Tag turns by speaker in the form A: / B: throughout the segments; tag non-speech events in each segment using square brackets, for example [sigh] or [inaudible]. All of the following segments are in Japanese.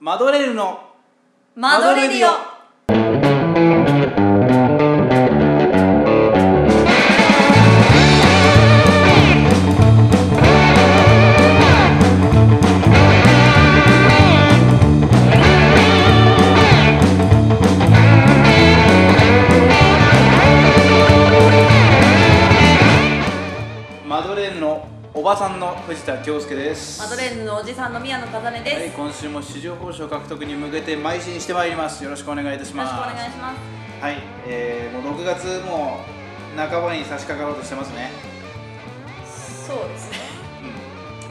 A: マドレーヌの
B: マドレディオ
A: マドレーヌのおばさんの藤田恭介です
B: マドレーヌのおじさんの宮野かざねです、
A: は
B: よ
A: い、今週も市場報酬獲得に向けて邁進してまいりますよろしくお願いいたし
B: ろ
A: ま
B: し
A: す
B: くお願いします
A: はい、えー、もう6月もう半ばに差し掛かろうとしてますね、
B: そうですね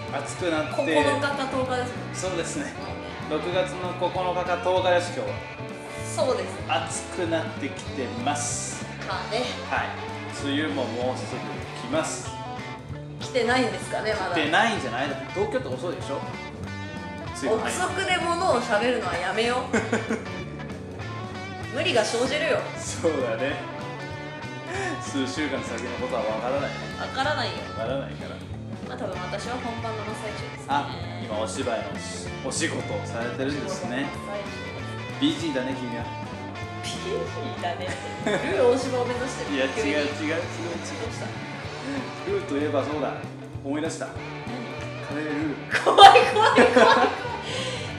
A: うん、暑くなっ
B: 9
A: て
B: 日か10日ですもんね
A: そうですね6月の9日か10日です今日
B: そうですね
A: 暑くなってきてます
B: かね
A: はい梅雨ももうすぐ来ます
B: 来てないんですかねまだ
A: でないんじゃないだって東京って遅いでしょ梅雨
B: 憶
A: 入る
B: 測で物を喋るのはやめよ [laughs] う無理が生じるよ
A: そうだね数週間先のことはわからないね
B: わからないよ
A: わからないから
B: まあ多分私は本番の真っ最中ですね
A: あ今お芝居のお仕事をされてるんですねビジーだね君は
B: ピーだねルー大島を目指してる
A: いや違う違う違う違う違
B: ど
A: う
B: うした
A: ルーといえばそうだ思い出したカレールー
B: 怖い怖い怖い怖い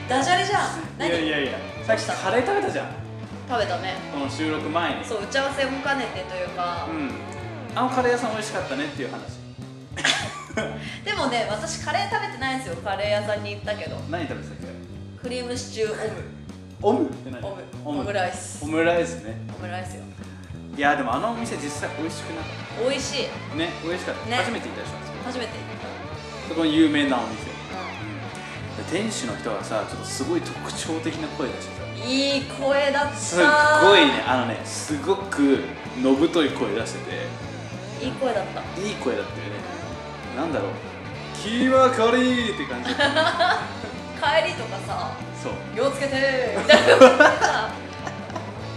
B: ダジャレじゃん何
A: いやいやいやさっき
B: どうした
A: カレー食べたじゃん
B: 食べたね
A: この収録前に
B: そう打ち合わせも兼ねてというか、
A: んあのカレー屋さん美味しかったねっていう話
B: でもね私カレー食べてないんですよカレー屋さんに行ったけど
A: 何食べてたっけ
B: クリームシチュー
A: オムって何
B: オムオ
A: オ
B: ム
A: ム
B: オムライス
A: オムライスね
B: オムライスよ
A: いやでもあのお店実際美味しくなかっ
B: 美味しい
A: たね美味しかった、
B: ね
A: 初めて行ったでしょ
B: 初めて
A: そこの有名なお店
B: 行っ
A: 店主の人がさちょっとすごい特徴的な声出して
B: た、うん、いい声だった
A: さすっごいねあのねすごくのぶとい声出して
B: いい声だった
A: ていい声だったよねなんだろう「キワカリー」って感じ
B: 帰りとかさ [laughs]
A: そう
B: 気をつけてみたいなこと言ってさ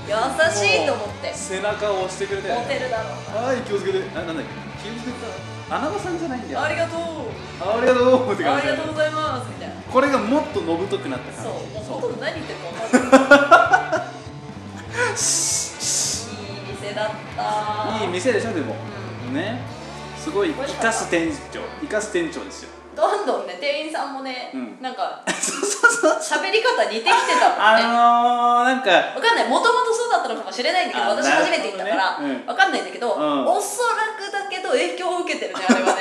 B: 優しいと思って
A: もう背中を押してくれたよ
B: モテ
A: ね
B: るだろう
A: はい気をつけてななんだっけ気をつけて穴場さんじゃないんだよ
B: なあ
A: あ
B: りがとう
A: りがとうって
B: あ
A: 感
B: り
A: じ
B: がとうございますみたいな
A: これがもっとのぶとくなった感じ
B: そうもうほ
A: そ
B: と
A: うん
B: ど何言ってるか分かんないいい店だった
A: いい店でしょでも
B: う
A: ねすごい
B: 美味
A: 生
B: しか
A: か
B: った
A: す店長生かす店長
B: [laughs]
A: ですよ
B: どんどんね店員さんもね、
A: うん
B: なんか
A: そうそうそう
B: 喋り方似てきてたもんね
A: あのー、なんか
B: わかんないもともとそうだったのかもしれないんだけど
A: あ
B: 私
A: なるほ
B: 初
A: どね
B: めて行ったから、
A: うん
B: わかんないんだけど、
A: ん
B: おそらくだけど影響を受けてるねあれはね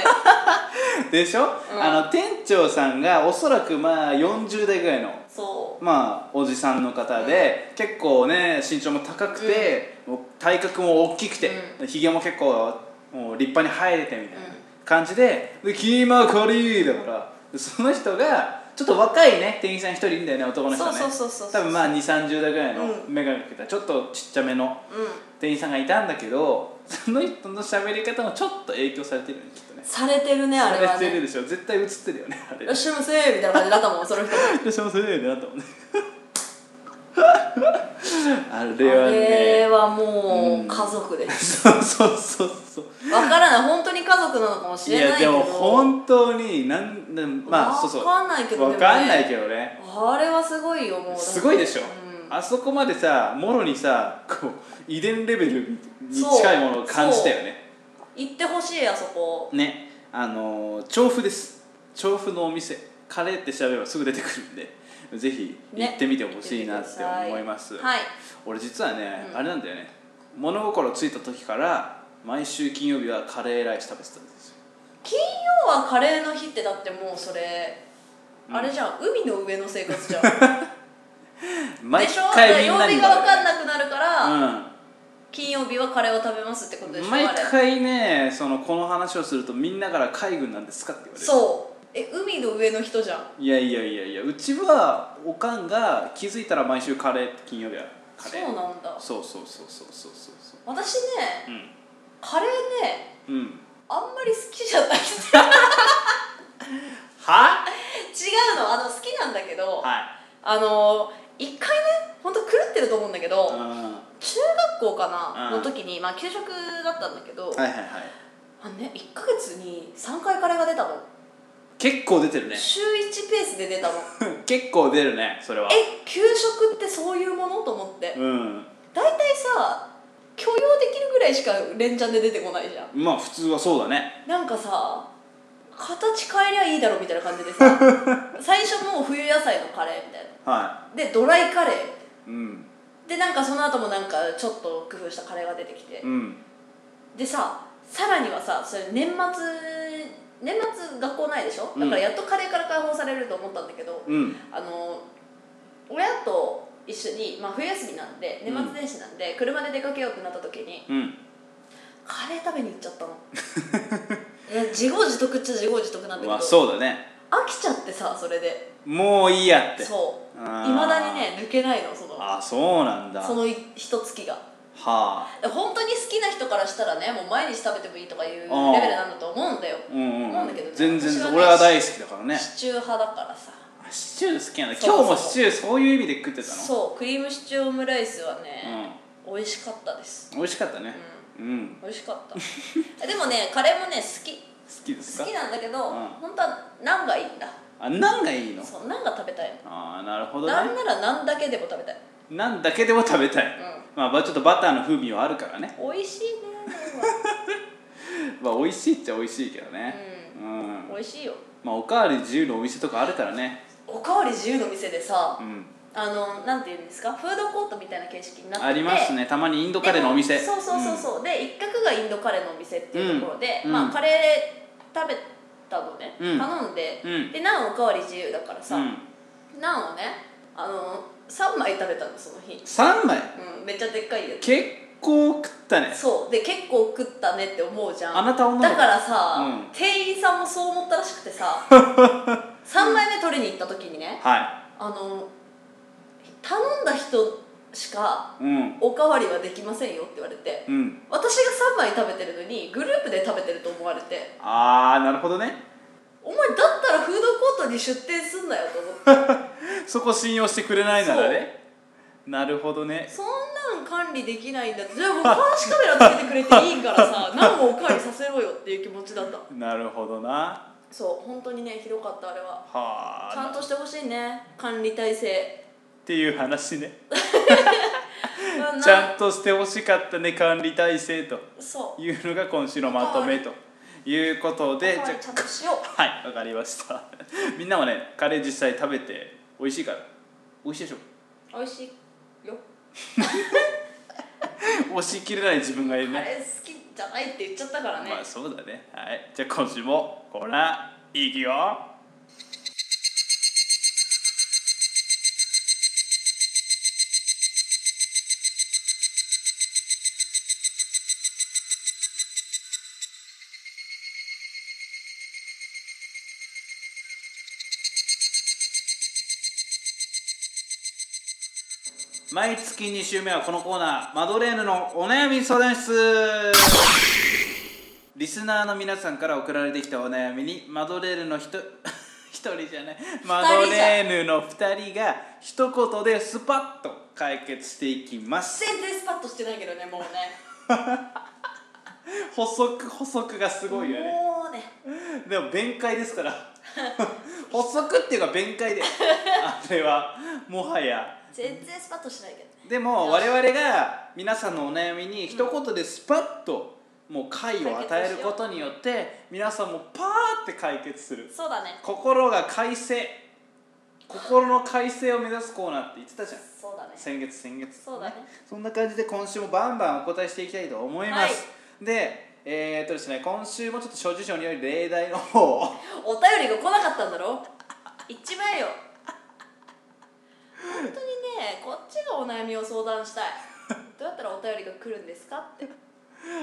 A: でしょ、
B: うん
A: あの店長さんがおそらくまあ40代ぐらいの
B: そう
A: まあおじさんの方で、結構ね身長も高くて、もう体格も大きくてひげ、髭も結構もう立派に生えててみたいな
B: うん
A: 感じで「でキーマカリー」だからでその人がちょっと若いね店員さん一人いるんだよね男の人ね
B: そうそうそうそうそ
A: 多
B: う
A: 分まあ2 3 0代ぐらいの
B: う
A: 眼鏡かけた、ちょっとちっちゃめの
B: うん
A: 店員さんがいたんだけどその人の喋り方もちょっと影響されてるよねきっとね
B: されてるねあれは
A: されてるで
B: ね
A: しょ絶対映ってるよねあ
B: い
A: れ
B: らっしゃいませみたいな感じだったもんその人も
A: でそのせいでなったもんねあれ
B: あ
A: は
B: れ
A: ね
B: はも
A: うん
B: う家族です
A: そうそうそうそう
B: わからない本当に家族なのかもし
A: い
B: れな
A: や
B: いけ
A: で
B: ど
A: も本当になんなんまあそうそう
B: わかんないけど
A: わ
B: でもね
A: かんないけどね
B: あれはすごいよもう
A: すごいでしょ、
B: うん
A: あそこまでさもろにさこう遺伝レベルに近いものを感じたよね
B: 行ってほしいあそこ
A: ねあのー調布です調布のお店カレーって調べればすぐ出てくるんでぜひ
B: ね
A: 行ってみてほしいなって思います、
B: はい
A: 俺実はね、
B: うん
A: あれなんだよね物心ついた時から毎週金曜日はカレーライス食べてたんですよ
B: 金曜はカレーの日ってだってもうそれ、
A: うん
B: あれじゃん海の上の生活じゃん
A: [laughs] 毎
B: でしょ
A: 回みんな
B: 曜
A: に言
B: 日が
A: わ
B: 分かん
A: れ
B: なくなるから、
A: る
B: 金曜日はカレーを食べますってことでし
A: うん
B: ょ
A: 毎
B: あれ
A: 回ねそのこの話をするとみんなから「海軍なんですか?」って言われる
B: そうえ海の上の人じゃん
A: いやいやいやいやうちはおかんが気づいたら毎週カレーって金曜日はカ
B: そう
A: レー
B: なんだ
A: そうそうそうそうそうそうそう
B: 私ね
A: うん
B: カレーね
A: うん
B: あんまり好きじゃない [laughs]
A: は
B: 違うのあの好きなんだけど、
A: はい
B: あの一回ね本当狂ってると思うんだけど、
A: うんは
B: 中学校かな、
A: うん
B: の時に、まあ、給食だったんだけど、
A: いはいはい
B: あのね、1か月に3回カレーが出たの
A: 結構出てるね
B: 週1ペースで出たの
A: 結構出るねそれは
B: え給食ってそういうものと思って
A: うん
B: 大体さ許容できるぐらいしか連チャンで出てこないじゃん
A: まあ普通はそうだね
B: なんかさ形変えりゃいいだろみたいな感
A: [laughs]
B: じでさ最初もう冬野菜のカレーみたいな
A: は
B: でドライカレー
A: いうん
B: でなんかその後もなんかちょっと工夫したカレーが出てきて
A: うん
B: でささらにはさそれ年末年末学校ないでしょだからやっとカレーから解放されると思ったんだけど、
A: うん
B: あの親と一緒に、まあ、冬休みなんで年末年始なんで、車で出かけようってなった時に
A: うん
B: カレー食べに行っちゃっ
A: [laughs]
B: たのいや自業自得っちゃ自業自得なんだけど
A: まあそうだね
B: 飽きちゃってさそれで
A: もういいやって
B: そう
A: い
B: いまだにね抜けないのその
A: あーそうなんだ
B: そ
A: は
B: の一月が
A: あ
B: 本当に好きな人からしたらねもう毎日食べてもいいとかいうレベルなんだと思うんだよ
A: うんうん
B: なんだけどね
A: 全
B: 私は
A: 然
B: ね
A: 俺は大好きだからね
B: シチュー派だからさ
A: あシチュー好きなんだ
B: そうそう
A: 今日もシチューそういう意味で食ってたの
B: そうクリームシチューオムライスはね、
A: う
B: 美味しかったです
A: ん美味しかった
B: う
A: ね
B: ん
A: うん
B: 美味しかっ
A: [laughs]
B: たでもねカレーもね好き
A: 好きですか
B: 好きなんだけど、
A: うん
B: 本当はナンがいいんだ
A: あなんがいいの
B: そうナンが食べたい
A: ああなるほ
B: の
A: ど
B: な
A: ね
B: んならナンだけでも食べたい、
A: なんだけでも食べたいまあまあちょっとバターの風味はあるからね
B: うん、美味しいね
A: まあ美味しいっちゃ美味しいけど
B: ナンは
A: ねうん
B: うん美味しいよ
A: まあおかわり自由のお店とかあるからね
B: おかわり自由の店でさ
A: うん
B: あのなんていうんですかフードコートみたいな形式になってて
A: ありますねたまにインドカレーのお店
B: でもそうそうそうそう、で一角がインドカレーのお店っていうところで、
A: うん
B: ま
A: う
B: あ
A: ん
B: カレー食べたのね、
A: うん
B: 頼んで、
A: うん
B: でナンおかわり自由だから
A: う
B: さ、
A: ん、うん、
B: ナンをねあの3枚食べたのその日、
A: 3枚
B: うん、めっちゃでっかいや
A: 結構食ったね
B: つそうで結構食ったねって思うじゃん
A: あなた女の子
B: だからさ、
A: うん
B: 店員さんもそう思ったらしくて
A: [laughs]
B: さ3枚目取りに行った時にね
A: は
B: あの頼んだ人しか
A: いうん
B: おかわりはできませんよって言われて
A: うん
B: 私が3枚食べてるのにグループで食べてると思われて
A: ああなるほどね
B: お前だったらフードコートに出店すんなよと [laughs] 思って
A: そこ信用してくれないならねなるほどね
B: そんなん管理できないんだってじゃあもう監視カメラつけてくれていいから [laughs] さ何もおかわりさせろよっていう気持ちだった
A: なるほどな
B: そう本当にねひどかったあれは
A: は
B: ちゃん
A: あ
B: としてほしいね管理体制
A: っていう話ね
B: うんな
A: ちゃんとしてほしかったね管理体制と
B: そう
A: いうのが今週のまとめということ
B: お
A: で
B: かわ
A: じゃ
B: りちゃんとしよう
A: はいわかりました [laughs] みんなもねカレー実際食べて美味しいから美味しいでしょ
B: 美味しいよ
A: [laughs] 押し切れない自分がいる
B: カ
A: ね
B: レー好きじゃないって言っちゃったからね、
A: まあそうだねはいじゃあ今週もこらいくよ毎月2週目はこのコーナーマドレーヌのお悩み相談室リスナーの皆さんから送られてきたお悩みにマドレーヌのひと [laughs] 一人じゃないマドレーヌの二人が一言でスパッと解決していきます
B: 全然スパッとしてないけどね
A: [laughs]
B: もうね
A: 補足補足がすごいよね
B: もうね
A: でも弁解です [laughs] から補足っていうか弁解 [laughs] であれはもはや
B: 全然スパッとしないけどね
A: でも我々が皆さんのお悩みに一言でスパッともう解を与えることによって皆さんもパーって解決する
B: そうだね
A: 心が快晴心の快晴を目指すコーナーって言ってたじゃん
B: そうだね
A: 先月先月
B: そうだね
A: そんな感じで今週もバンバンお答えしていきたいと思います、でえーっとですね今週もちょっと諸事情により例題の方を
B: お便りが来なかったんだろ言っちまえよ本当にねこっちがお悩みを相談したいどうやったらお便りが来るんですかって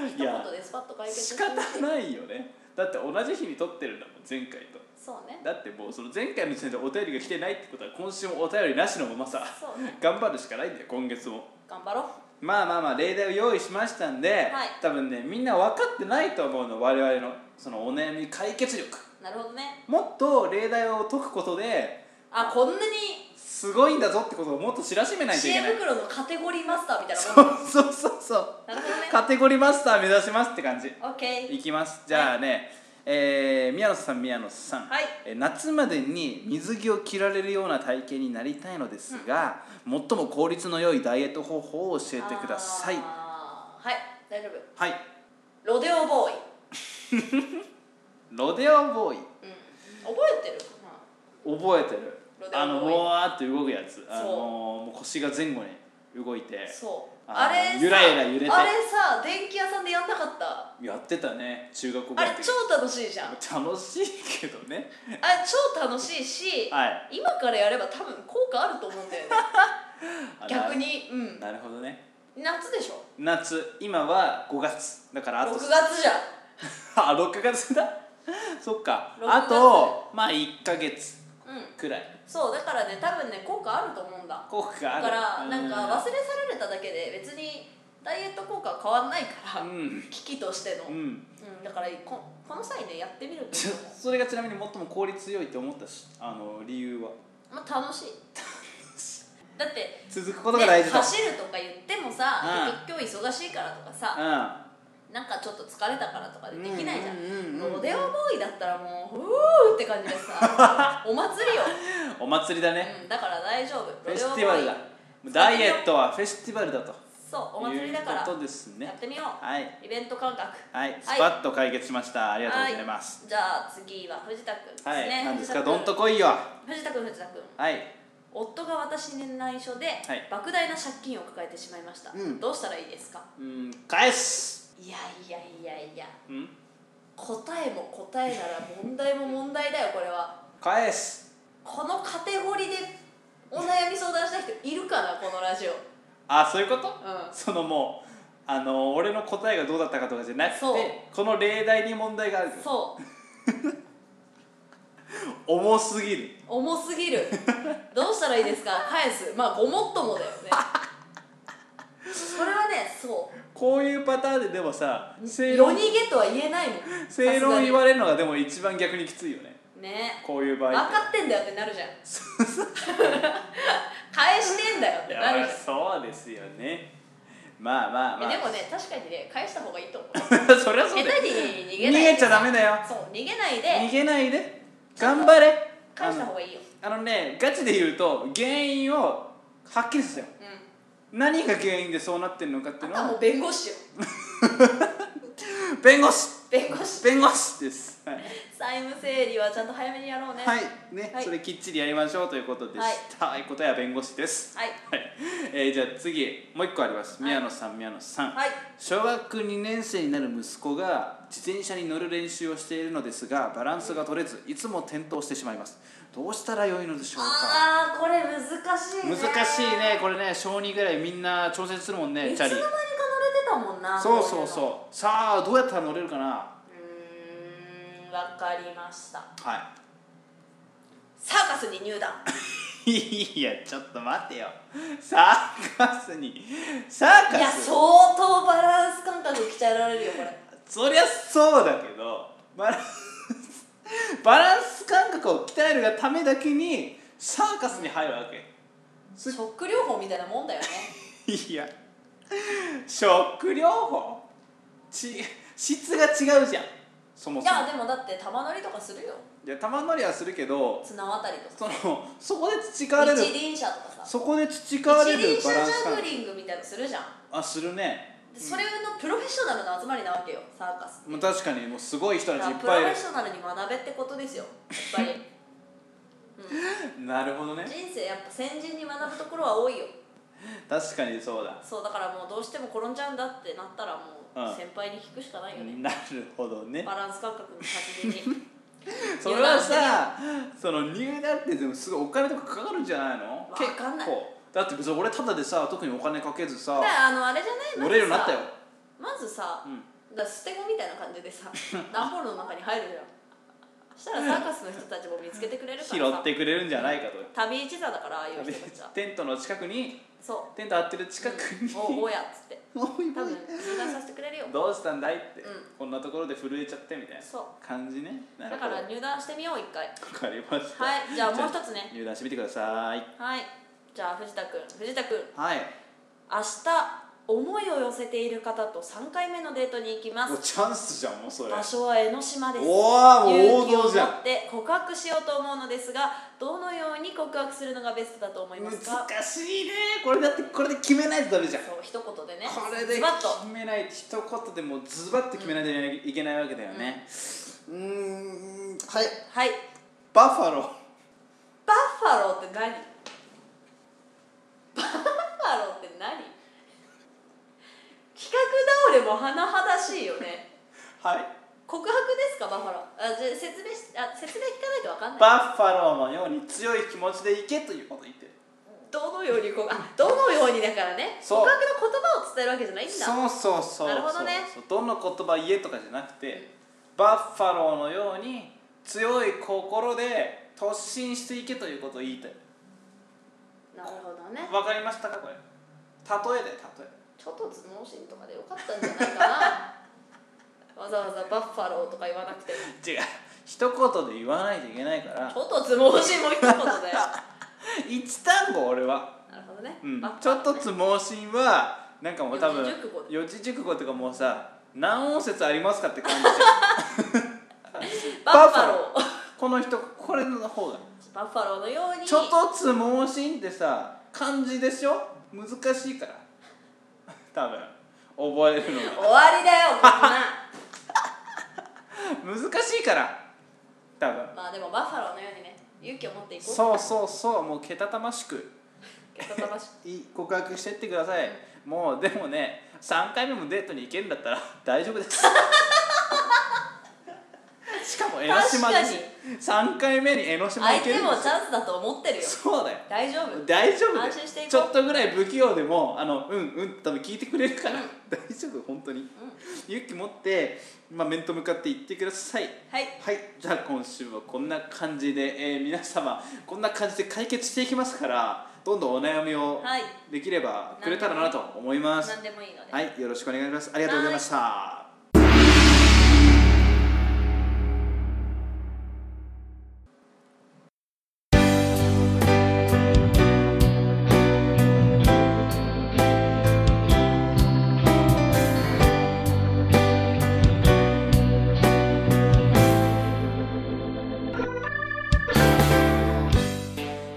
B: 一
A: いや
B: 言でスパッと解決
A: 仕
B: て
A: 方ないよねだって同じ日に撮ってるんだもん前回と
B: そうね
A: だってもうその前回の時点でお便りが来てないってことは今週もお便りなしのままさ
B: そうね
A: 頑張るしかないんだよ今月も
B: 頑張ろう
A: まあまあまあ例題を用意しましたんで、
B: い
A: 多分ねみんな分かってないと思うの我々のそのお悩み解決力
B: なるほどね
A: もっと例題を解くことで
B: あこんなに
A: すごいんだぞってことをもっと知らしめないと
B: 知
A: いけ
B: 恵
A: ない
B: 袋のカテゴリーマスターみたいな
A: そ
B: もん
A: うそうそうそう
B: なるほどね
A: カテゴリーマスター目指しますって感じ
B: オッケー
A: いきますじゃあね、えー宮野さん宮野さん、
B: はい
A: えー夏までに水着を着られるような体型になりたいのですが、最も効率の良いダイエット方法を教えてください
B: あーはい大丈夫
A: はい
B: ロデオボーイ、
A: ロデオボーイ
B: うん、覚えてるかな
A: 覚えてる
B: ロデオボーイ
A: あのボワーって動くやつあの
B: そう
A: もう腰が前後に動いて
B: そう
A: あ
B: あ
A: の
B: れさ
A: ゆらゆら揺れて
B: あれさ電気屋さんでやんなかった
A: やってたね中学校ぐ
B: あ
A: らい
B: れ
A: の時
B: 超楽しいじゃんあれ
A: 楽しいけどね
B: 超楽しいし、
A: はい
B: 今からやれば多分効果あると思うんだよね
A: あ
B: 逆にうん
A: ななるほどね
B: 夏でしょ
A: 夏今は5月だからあ
B: 6
A: と
B: 月じゃん
A: [laughs] あ6月だ [laughs] そっか
B: 6
A: あ
B: 月
A: とまあ1か月
B: うん
A: くらい
B: そうだからね多分ね効果あると思うんだ
A: 効果があ
B: だ
A: る
B: から
A: う
B: なんか忘れ去られただけで別にダイエット効果は変わんないから、
A: うん
B: 危機としての、
A: う
B: うん
A: ん
B: だからここの際ねやってみると
A: ちょ [laughs] それがちなみに最も効率良いと思ったしあの理由は
B: ま
A: [laughs]
B: あ楽しいだって
A: 続くことが大事だ、
B: ね走るとか言ってもさ、
A: う
B: 結局今日忙しいからとかさ、なんかちょっと疲れたからとかでできないじゃん,、
A: うんうんうんうん
B: ロデオボーイだったらもううーって感じ
A: [laughs]
B: でさお祭りよ、
A: うんお祭りだね、
B: うん、だから大丈夫
A: フ
B: ロ
A: ェ
B: デオ
A: ス
B: ボー
A: テ
B: イ
A: ィバルだダイエットはフェスティバルだと
B: そうお祭りだから
A: いうことです
B: や
A: ね
B: ってみよう、
A: はい
B: イベント感覚
A: はいスパッと解決しました、ありがとうございます
B: じゃあ次は藤田君ですね、
A: はい、なんですか
B: 藤
A: ど
B: 田
A: ん
B: 君
A: と来いよ
B: 藤田君藤田君
A: はい
B: 夫が私に内緒で、
A: い
B: 莫大な借金を抱えてしまいました、
A: うん
B: どうしたらいいですか
A: うん返す
B: いやいやいやいや
A: うん
B: 答えも答えなら問題も問題だよこれは
A: 返す
B: このカテゴリーでお悩み相談した人いるかなこのラジオ
A: あそういうこと
B: うん
A: そのもうあの俺の答えがどうだったかとかじゃなくて
B: そう
A: この例題に問題がある
B: そう
A: 重すぎる
B: 重すぎるどうしたらいいですか返すまあごもっともだよねそれはねそう
A: こういうパターンででもさ正
B: 夜
A: 論
B: 逃げとは言えないもん
A: 正論言わ
B: れ
A: れるのがでも一番逆にきついよね
B: ね
A: こういう場
B: 分
A: 合
B: かってんだよってなるじゃん [laughs] 返してんだよって
A: いや
B: な
A: ま
B: る
A: あ
B: じゃ
A: そうですよねまあまあま
B: ん
A: あ
B: えでもね確かにね返した方がいいと思う
A: [laughs] そりゃそ
B: 下
A: うだよ
B: 手に逃
A: 逃
B: げない
A: げちゃダメだよ
B: そう逃げな
A: 逃
B: いで
A: げないで頑張れ
B: 返した方がいいよ
A: あのあのねガチで言うと原因をはっきりさせよう
B: う
A: 何が原因でそうなってるのかっていうん
B: あ
A: の
B: とはも
A: は
B: う弁護士よ
A: 弁護士
B: 弁護士
A: 弁護士ですはい
B: 債務整理はちゃんと早めにやろうね
A: はい
B: はい、
A: ね、
B: はい
A: それきっちりやりましょうということでした、はい、答えは弁護士です、はい [laughs] えーじゃあ次もう一個あります、
B: はい
A: 宮野さん宮野さん、
B: はい
A: 小学2年生になる息子が自転車に乗る練習をしているのですがバランスが取れずいつも転倒してしまいますどうしたらよいのでしょうか
B: あーこれ難しいね
A: 難しいねこれね小2ぐらいみんな挑戦するもんね
B: いつ
A: チ
B: の
A: ャ
B: 間
A: リ
B: にか乗れてたもんな
A: そうそう
B: こ
A: そうさあどうやったら乗れるかな
B: ういうのうーんわかりました
A: は
B: サーカスに入団
A: い [laughs] いやちょっと待てよサーカスにサー
B: いや
A: カス
B: 相当バランス感覚鍛えられるよこれ
A: そりゃそうだけどバランス [laughs] バランス感覚を鍛えるがためだけにサーカスに入るわけ
B: ショック療法みたいなもんだよね
A: いやショック療法ち質が違うじゃんそも
B: い
A: そも
B: やでもだって玉乗りとかするよ
A: いや玉乗りはするけど
B: 綱渡りとか
A: そのそこで培われる
B: 一輪車とかさ
A: そこで培われ
B: 一輪
A: る
B: 車
A: バラン
B: ジ
A: ス
B: ャ
A: 感
B: グリングみたいなのするじゃん
A: あするね
B: でそれのプロフェッショナルの集まりなわけよサーカス
A: もう確かにもうすごい人
B: だ
A: た
B: か
A: ちい
B: ら
A: っ
B: プロ
A: ぱい
B: フ
A: い
B: ェッショナルに学べってことですよやっぱり
A: るなるほどね
B: 人生やっぱ先人に学ぶところは多いよ
A: 確かにそうだ
B: そうだからもうどうしても転んじゃうんだってなったらも
A: うん
B: う先輩に聞くしかないよね、
A: なるほどね
B: バランス感覚の達人に
A: [laughs] それはさ [laughs] その入団ってでもすごいお金とかかかるんじゃないの
B: わかんない
A: だって別に俺ただでさ特にお金かけずさ
B: だからあのあれじゃな
A: 乗
B: い
A: れるようになったよ
B: まずさ、
A: うん
B: だから捨て子みたいな感じで
A: [laughs]
B: さ段ボールの中に入るじゃんそしたらサーカスの人たちも見つけてくれるか
A: 拾
B: らさ
A: ってくれるんじゃないかと
B: 旅一座だからああいう人たちは
A: テントの近くに
B: そう
A: テント張ってる近くに、
B: うん
A: [laughs]
B: おおやっつって
A: おい
B: 多
A: おい
B: 分相談させてくれるよ
A: どうしたんだいって、
B: うん
A: こんなところで震えちゃってみたいな
B: そう
A: 感じねな
B: だ
A: る
B: か
A: ほど
B: ら入団してみよう一回
A: わかりました
B: はいじゃあもう一つね
A: 入団してみてください
B: はいじゃあ藤田君藤田君
A: はい
B: 明日思いを寄せている方と3回目のデートに行きま
A: もう
B: す
A: チャンスじゃんもうそれ
B: 場所は江ノ島です
A: おお
B: 勇
A: もう
B: 気
A: 王
B: を持
A: 道じゃん
B: って告白しようと思うのですがどのように告白するのがベストだと思いますか
A: 難しいねこれだってこれで決めないとダメじゃんこ
B: そう一言でね
A: れで
B: ズバッと
A: 決めない一言でもうズバッと決めないといけないわけだよねうーんはい
B: はい
A: バッファロー
B: バッファローって何バッファローって何企画倒れも甚だしいよね
A: はい
B: 告白ですかバッファローあじゃあ説明しあ説明聞かないと分かんない
A: バッファローのように強い気持ちでいけということ言ってる
B: どのようにこうあどのようにだからね
A: そう
B: 告白の言葉を伝えるわけじゃないんだ
A: そうそうそう
B: なるほどね
A: そうそうどんな言葉言えとかじゃなくて、バッファローのように強い心で突進していけということを言いたい
B: なるほどね
A: わかりましたかこれ例えで例え
B: ちょっと頭脳心とかでよかったんじゃないかなわざわざバッファローとか言わなくても
A: 違う一言で言わないといけないから
B: ちょっと頭脳心も一言で
A: [laughs] 一単語俺は、
B: なるほどね、
A: うん
B: バッ、フ
A: ちょ
B: ァロ
A: っ
B: ー
A: と
B: ね
A: つ盲信はなんかもう多分
B: 四字熟語
A: 四字熟語とかもうさ何音節ありますかって感
B: [laughs]
A: じで
B: バッファロー
A: この人これの方が
B: バッファローのように
A: ちょっとつ盲信ってさ漢字でしょ難しいから [laughs] 多分覚えるの
B: 終わりだよこんな
A: が
B: [laughs]
A: 難しいから多分
B: まあでもバッファローのようにね勇気を持っていこう
A: そうそうそうもうけたたましく
B: けたたまし
A: [laughs]
B: く
A: いい告白してってくださいもうでもね3回目もデートに行けるんだったら大丈夫です
B: [laughs]
A: しかも江ノ島だし3回目に江ノ島
B: 相
A: 行け
B: 手
A: るん
B: も
A: で
B: チャンスだと思ってるよ
A: すよそうだよ
B: 大丈夫
A: 大丈夫だよ
B: 安心していこう
A: ちょっとぐらい不器用でもあのうんうん多分聞いてくれるから、大丈夫本当に、勇気持って、まあ、面と向かって行ってください
B: はい
A: はいじゃあ今週はこんな感じで、えー皆様こんな感じで解決していきますからどんどんお悩みを
B: はい
A: できればくれたらなと思います
B: 何でもいいので、
A: はいよろしくお願いしますありがとうございました、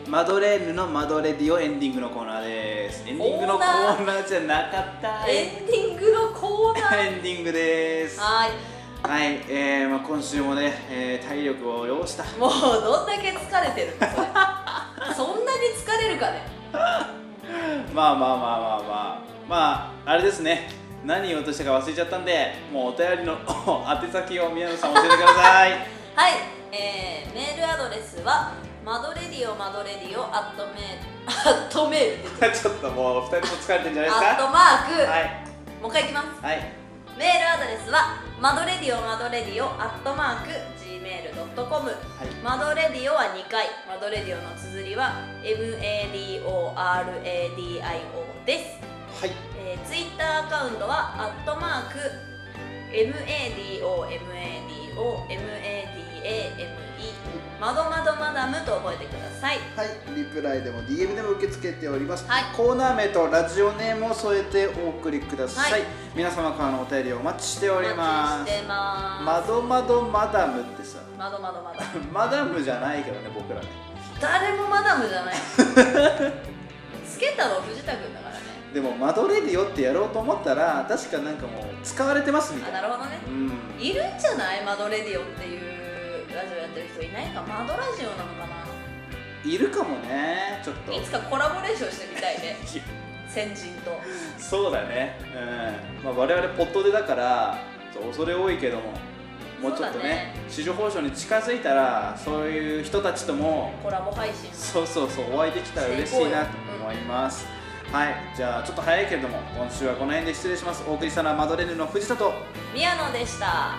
A: マドレーヌのマドレディオエンディングのコーナーですエンディングのコ
B: コーナー
A: ーナーじゃなかったエ
B: エンディングのコーナー
A: ンディングですは
B: はい
A: い、えーまあ、今週もね、えー体力を要した [laughs]
B: もうどんだけ疲れてるのそれ [laughs] そんなに疲れるかね
A: まあまあまあまあまあまああれですね何言おうとしたか忘れちゃったんでもうお便りの [laughs] 宛先を宮野さん教えてください [laughs]
B: はい、えー、メールアドレスはマドレディオマドレディオアットメールアットメールって言って
A: ちょっともう2人とも疲れてんじゃないで
B: るア
A: す
B: ッ
A: か
B: トマーク、
A: はい
B: もう一回いきます
A: はい
B: メールアドレスはマドレディオマドレディオアットマーク gmail.com
A: はい
B: マドレディオは2回マドレディオの綴りは MADORADIO です
A: はい
B: えー、ツイッターアカウントはアットマーク MADOMADOMADAME まどまどマダムと覚えてください
A: はい、リプライでも DM でも受け付けております、
B: はい
A: コーナー名とラジオネームを添えてお送りください、
B: はい
A: 皆様からのお便りをお待ちして
B: お
A: おり
B: 待ち
A: ま
B: し
A: す
B: てま
A: まどまどマダムってさ [laughs]
B: すまどまどマダム
A: マダムじゃないけどね僕らね
B: 誰もマダム
A: [laughs]
B: じゃないつけたの藤田君だからね
A: でもマドレディオってやろうと思ったら確かなんかもう使われてますみた
B: あ
A: いな
B: なるほどね
A: うん
B: いるんじゃないマドレディオっていうラジオやってる人いないかマドラジオなのかない
A: るかもねちょっと
B: いつかコラボレーションしてみたいね
A: いや
B: 先人と
A: [laughs] そうだねうん、まあ、我々ポットでだからそう恐れ多いけどももうちょっと
B: そう
A: ね
B: だね
A: 市場報酬に近づいたらそういう人たちとも
B: コラボ配信
A: そうそうそうお会いできたら嬉しいなと思います、はいじゃあちょっと早いけれども今週はこの辺で失礼しますお送りしたのはマドレーヌの藤田と
B: 宮野でした。